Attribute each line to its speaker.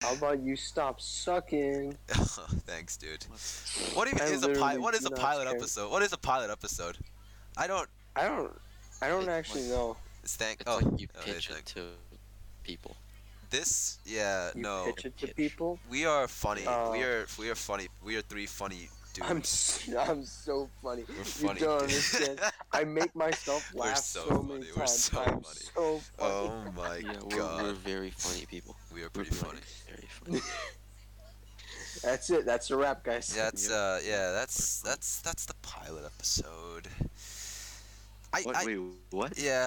Speaker 1: How about you stop sucking?
Speaker 2: Thanks, dude. What even
Speaker 1: I
Speaker 2: is a pi-
Speaker 1: literally
Speaker 2: What is
Speaker 1: do
Speaker 2: a
Speaker 1: not
Speaker 2: pilot
Speaker 1: care.
Speaker 2: episode? What is a pilot episode? I don't.
Speaker 1: I don't. I don't actually know.
Speaker 2: It's thank.
Speaker 3: It's
Speaker 2: Oh,
Speaker 3: like you
Speaker 2: oh,
Speaker 3: pitch
Speaker 2: thank-
Speaker 3: it to people.
Speaker 2: This. Yeah.
Speaker 1: You
Speaker 2: no.
Speaker 1: pitch it to people.
Speaker 2: We are funny.
Speaker 1: Oh.
Speaker 2: we are. We are funny. We are three funny dudes.
Speaker 1: I'm. s- I'm so funny.
Speaker 2: We're funny.
Speaker 1: You don't
Speaker 2: dude.
Speaker 1: understand. I make myself
Speaker 2: We're
Speaker 1: laugh
Speaker 2: so
Speaker 1: so,
Speaker 2: funny,
Speaker 1: many
Speaker 2: we're
Speaker 1: times.
Speaker 2: so
Speaker 1: I'm
Speaker 2: funny.
Speaker 1: so funny.
Speaker 2: oh my
Speaker 3: yeah, we're, we're
Speaker 2: god.
Speaker 3: very funny people.
Speaker 2: We are
Speaker 3: We're
Speaker 2: pretty funny.
Speaker 3: Very funny.
Speaker 1: That's it. That's a wrap, guys.
Speaker 2: Yeah, that's
Speaker 3: Yeah.
Speaker 2: uh, yeah, that's that's that's the pilot episode. I,
Speaker 4: What,
Speaker 2: I
Speaker 4: wait, what?
Speaker 2: yeah,